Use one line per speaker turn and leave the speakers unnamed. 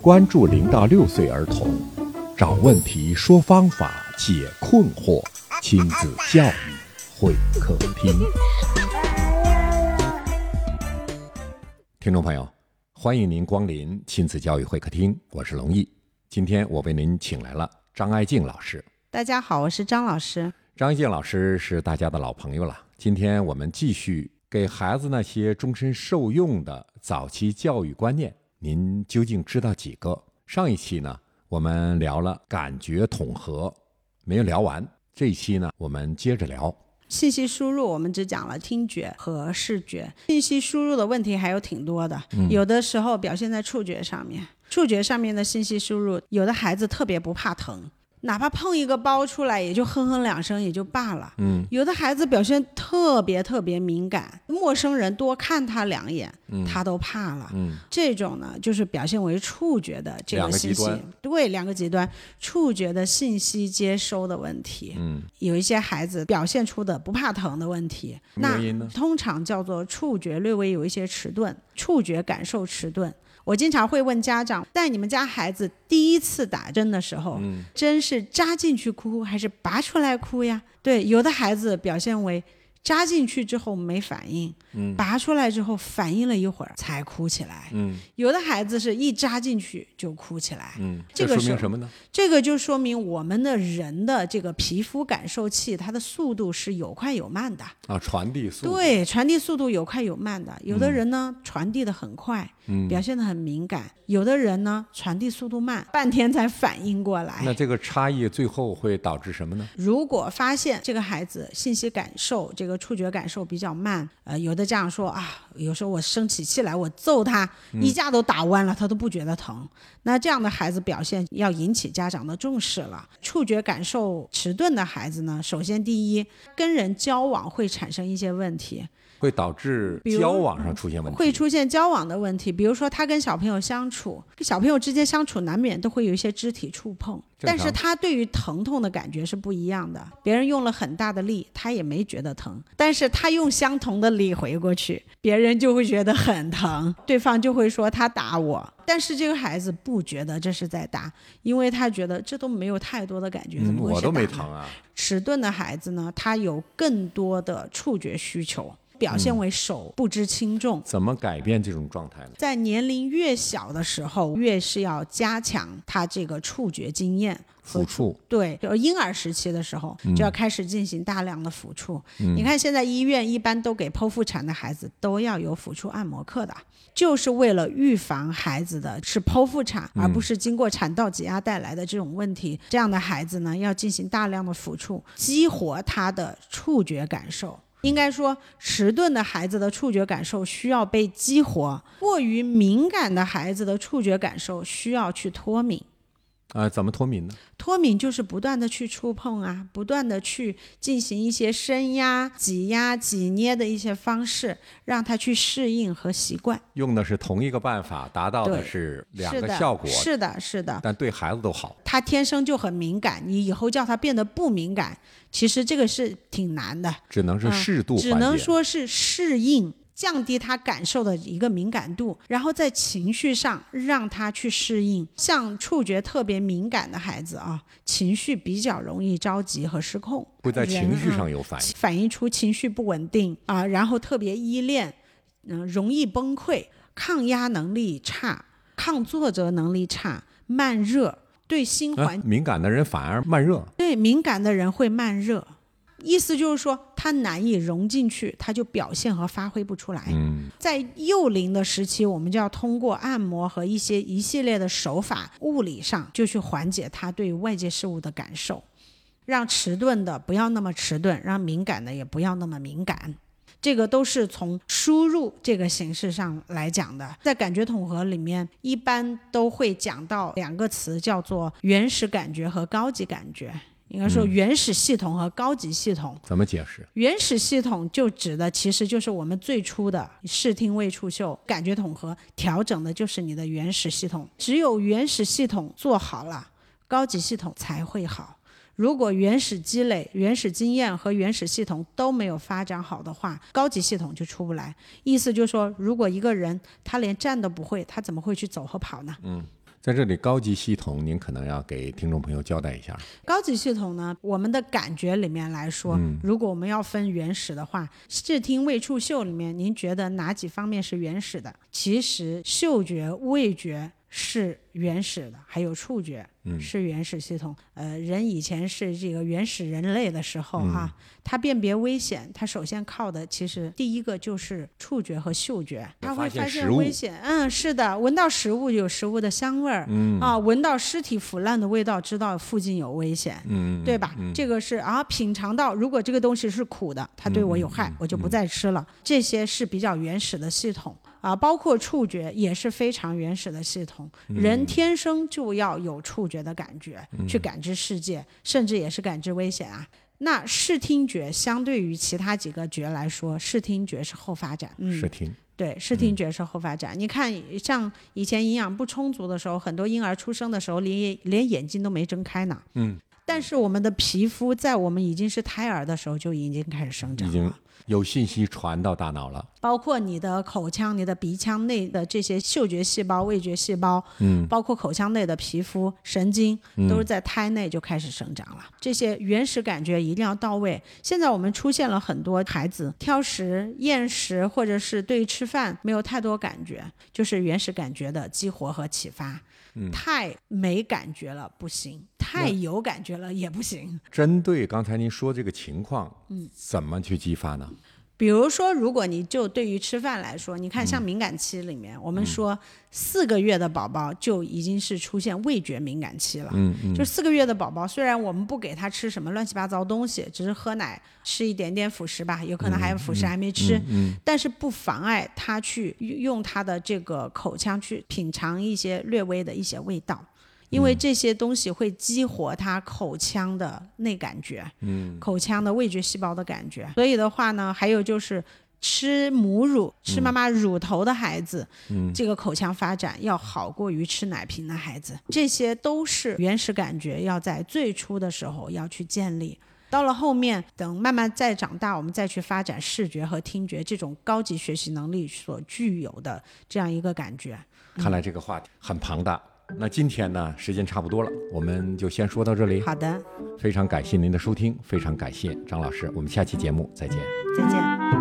关注零到六岁儿童，找问题、说方法、解困惑，亲子教育会客厅。听众朋友，欢迎您光临亲子教育会客厅，我是龙毅。今天我为您请来了张爱静老师。
大家好，我是张老师。
张一静老师是大家的老朋友了。今天我们继续给孩子那些终身受用的早期教育观念，您究竟知道几个？上一期呢，我们聊了感觉统合，没有聊完。这一期呢，我们接着聊。
信息输入我们只讲了听觉和视觉，信息输入的问题还有挺多的，
嗯
有的时候表现在触觉上面。触觉上面的信息输入，有的孩子特别不怕疼，哪怕碰一个包出来，也就哼哼两声也就罢了。嗯，有的孩子表现特别特别敏感，陌生人多看他两眼，他都怕了。
嗯，
这种呢，就是表现为触觉的这
两
个
个
信
极
息，
端
对两个极端，触觉的信息接收的问题。
嗯，
有一些孩子表现出的不怕疼的问题，
什么
那
原因呢
通常叫做触觉略微有一些迟钝，触觉感受迟钝。我经常会问家长，带你们家孩子第一次打针的时候，
嗯
针是扎进去哭还是拔出来哭呀？对，有的孩子表现为扎进去之后没反应，拔出来之后反应了一会儿才哭起来，
嗯
有的孩子是一扎进去就哭起来，
嗯，
这
这
个
说
是
明什么呢？
这个就说明我们的人的这个皮肤感受器，它的速度是有快有慢的。
啊，传递速度。嗯
对，传递速度有快有慢的。有的人呢，传递的很快，表现的很敏感；有的人呢，传递速度慢，半天才反应过
那
来。
这个差异最后会导致什么呢？
如果发现这个孩子信息感受、这个触觉感受比较慢，呃，有的家长说啊，有时候我生起气来，我揍他，衣架都打弯了，他都不觉得疼。那这样的孩子表现要引起家长的重视了。触觉感受迟钝的孩子呢，首先第一，跟人交往会产生一些问题，
会导致
比如
交往上出现问题。
会出现交往的问题，比如说他跟小朋友相处，跟小朋友之间相处难免都会有一些肢体触碰，
正常
但是他对于疼痛的感觉是不一样的。别人用了很大的力，他也没觉得疼，但是他用相同的力回过去，别人就会觉得很疼，对方就会说他打我。但是这个孩子不觉得这是在打，因为他觉得这都没有太多的感觉，怎
嗯，
么会
我
是
都没
打呢
疼啊。
迟钝的孩子呢，他有更多的触觉需求，表
嗯
现为手不知轻重。
怎么改变这种状态呢？
在年龄越小的时候，越是要加强他这个触觉经验和
抚触。
对，就是婴儿时期的时候就要开始进行大量的抚触。你看，现在医院一般都给剖腹产的孩子都要有抚触按摩课的，就是为了预防孩子的是剖腹产，而不是经过产道挤压带来的这种问题。这样的孩子呢，要进行大量的抚触，激活他的触觉感受。应该说，迟钝的孩子的触觉感受需要被激活，过于敏感的孩子的触觉感受需要去脱敏。
啊，怎么脱敏呢？
脱敏就是不断的去触碰啊，不断的去进行一些伸压、挤压、挤捏的一些方式，让他去适应和习惯。
用的是同一个办法，达到的
对
是两
是
个
的
效果，
是的，是的。
但对孩子都好。
他天生就很敏感，你以后叫他变得不敏感，其实这个是挺难的，
只能是
嗯
适度缓解，
只能说是适应，降低他感受的一个敏感度，然后在情绪上让他去适应。像触觉特别敏感的孩子啊，情绪比较容易着急和失控，
会在
人
情绪
啊
上有反应。
反映出情绪不稳定啊，然后特别依恋，嗯、容易崩溃，抗压能力差，抗挫折能力差，慢热，对新
啊
环、，
敏感的人反而慢热，
对敏感的人会慢热，意思就是说他难以融进去，他就表现和发挥不出来。
嗯，
在幼龄的时期，我们就要通过按摩和一些一系列的手法，物理上就去缓解他对外界事物的感受，让迟钝的不要那么迟钝，让敏感的也不要那么敏感。这个都是从输入这个形式上来讲的，在感觉统合里面，一般都会讲到两个词，叫做原始感觉和高级感觉。应该说原始系统和高级系统。
怎么解释？
原始系统就指的其实就是我们最初的视听味触嗅感觉统合调整的就是你的原始系统，只有原始系统做好了，高级系统才会好。如果原始积累、原始经验和原始系统都没有发展好的话，高级系统就出不来。意思就是说，如果一个人他连站都不会，他怎么会去走和跑呢？
在这里，高级系统您可能要给听众朋友交代一下。
高级系统呢，我们的感觉里面来说，如果我们要分原始的话，视听味触嗅里面，您觉得哪几方面是原始的？其实嗅觉、味觉是原始的，还有触觉
嗯
是原始系统。呃，人以前是这个原始人类的时候
嗯
哈、他辨别危险，他首先靠的其实第一个就是触觉和嗅觉，他
发
会
现
发
食
现
物
危险。嗯，是的，闻到食物有食物的香味儿，嗯啊，闻到尸体腐烂的味道，知道附近有危险。
嗯，
对吧？这个是啊，品尝到如果这个东西是苦的，它对
嗯
我有害，我就不再吃了。这些是比较原始的系统啊，包括触觉也是非常原始的系统。
嗯
人天生就要有触觉的感觉，去感知世界，甚至也是感知危险啊。那视听觉相对于其他几个觉来说，视听觉是后发展，嗯，
视听，
对，视听觉是后发展。你看，像以前营养不充足的时候，很多婴儿出生的时候连连眼睛都没睁开呢。
嗯。
但是我们的皮肤在我们已经是胎儿的时候就已经开始生
已
长
经
了，
有信息传到大脑了。
包括你的口腔、你的鼻腔内的这些嗅觉细胞、味觉细胞，
嗯，
包括口腔内的皮肤、神经，都是在胎内就开始生长了。这些原始感觉一定要到位。现在我们出现了很多孩子挑食、厌食，或者是对吃饭没有太多感觉，就是原始感觉的激活和启发。太没感觉了不行，太有感觉了也不行。
针对刚才您说这个情况，嗯，怎么去激发呢？
比如说，如果你就对于吃饭来说，你看
嗯
像敏感期里面，我们说四个月的宝宝就已经是出现味觉敏感期了。
嗯嗯
就四个月的宝宝，虽然我们不给他吃什么乱七八糟东西，只是喝奶，吃一点点辅食吧，有可能还有辅食还没吃，
嗯
但是不妨碍他去用他的这个口腔去品尝一些略微的一些味道。因
嗯
为这些东西会激活他口腔的内感觉，
嗯，
口腔的味觉细胞的感觉。所以的话呢，还有就是吃母乳、吃妈妈乳头的孩子，
嗯
这个口腔发展要好过于吃奶瓶的孩子。这些都是原始感觉，要在最初的时候要去建立。到了后面，等慢慢再长大，我们再去发展视觉和听觉这种高级学习能力所具有的这样一个感觉。
看来这个话题很庞大。那今天呢，时间差不多了，我们就先说到这里。
好的，
非常感谢您的收听，非常感谢张老师，我们下期节目再见。
再见。